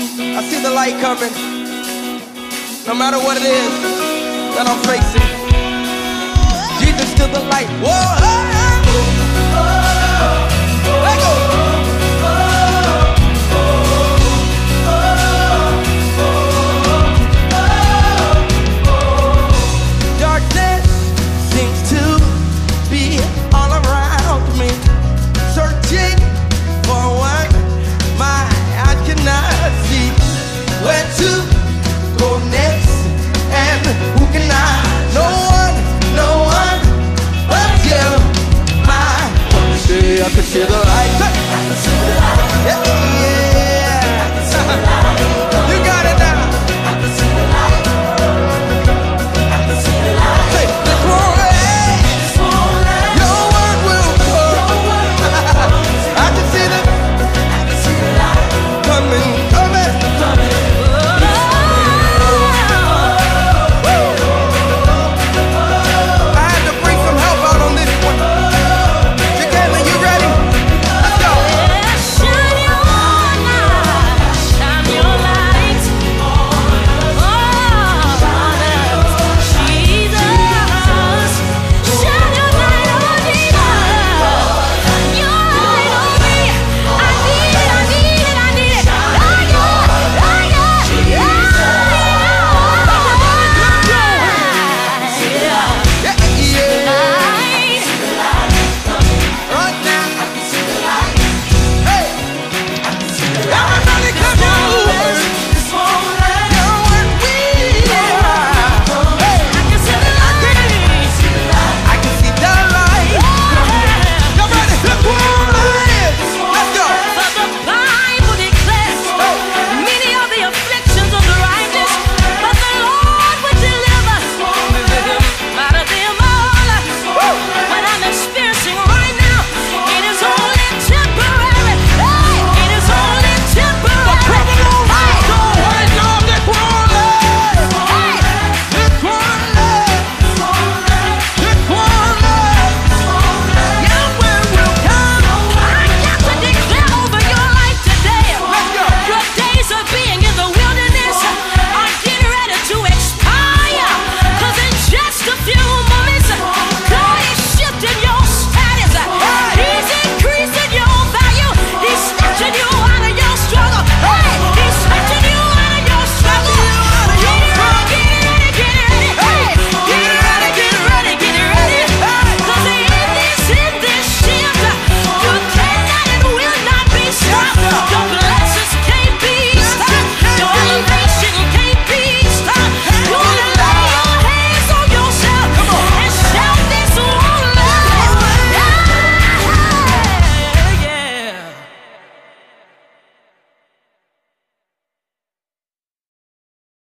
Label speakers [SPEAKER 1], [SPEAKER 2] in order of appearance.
[SPEAKER 1] another light coming. No matter what it is that I'm facing, Jesus still the light. Whoa, hey, hey. Let go. Darkness seems to be all around me, searching for what my eyes cannot see. Where to go next, and who can I? No one, no one but you. My, I can see the light.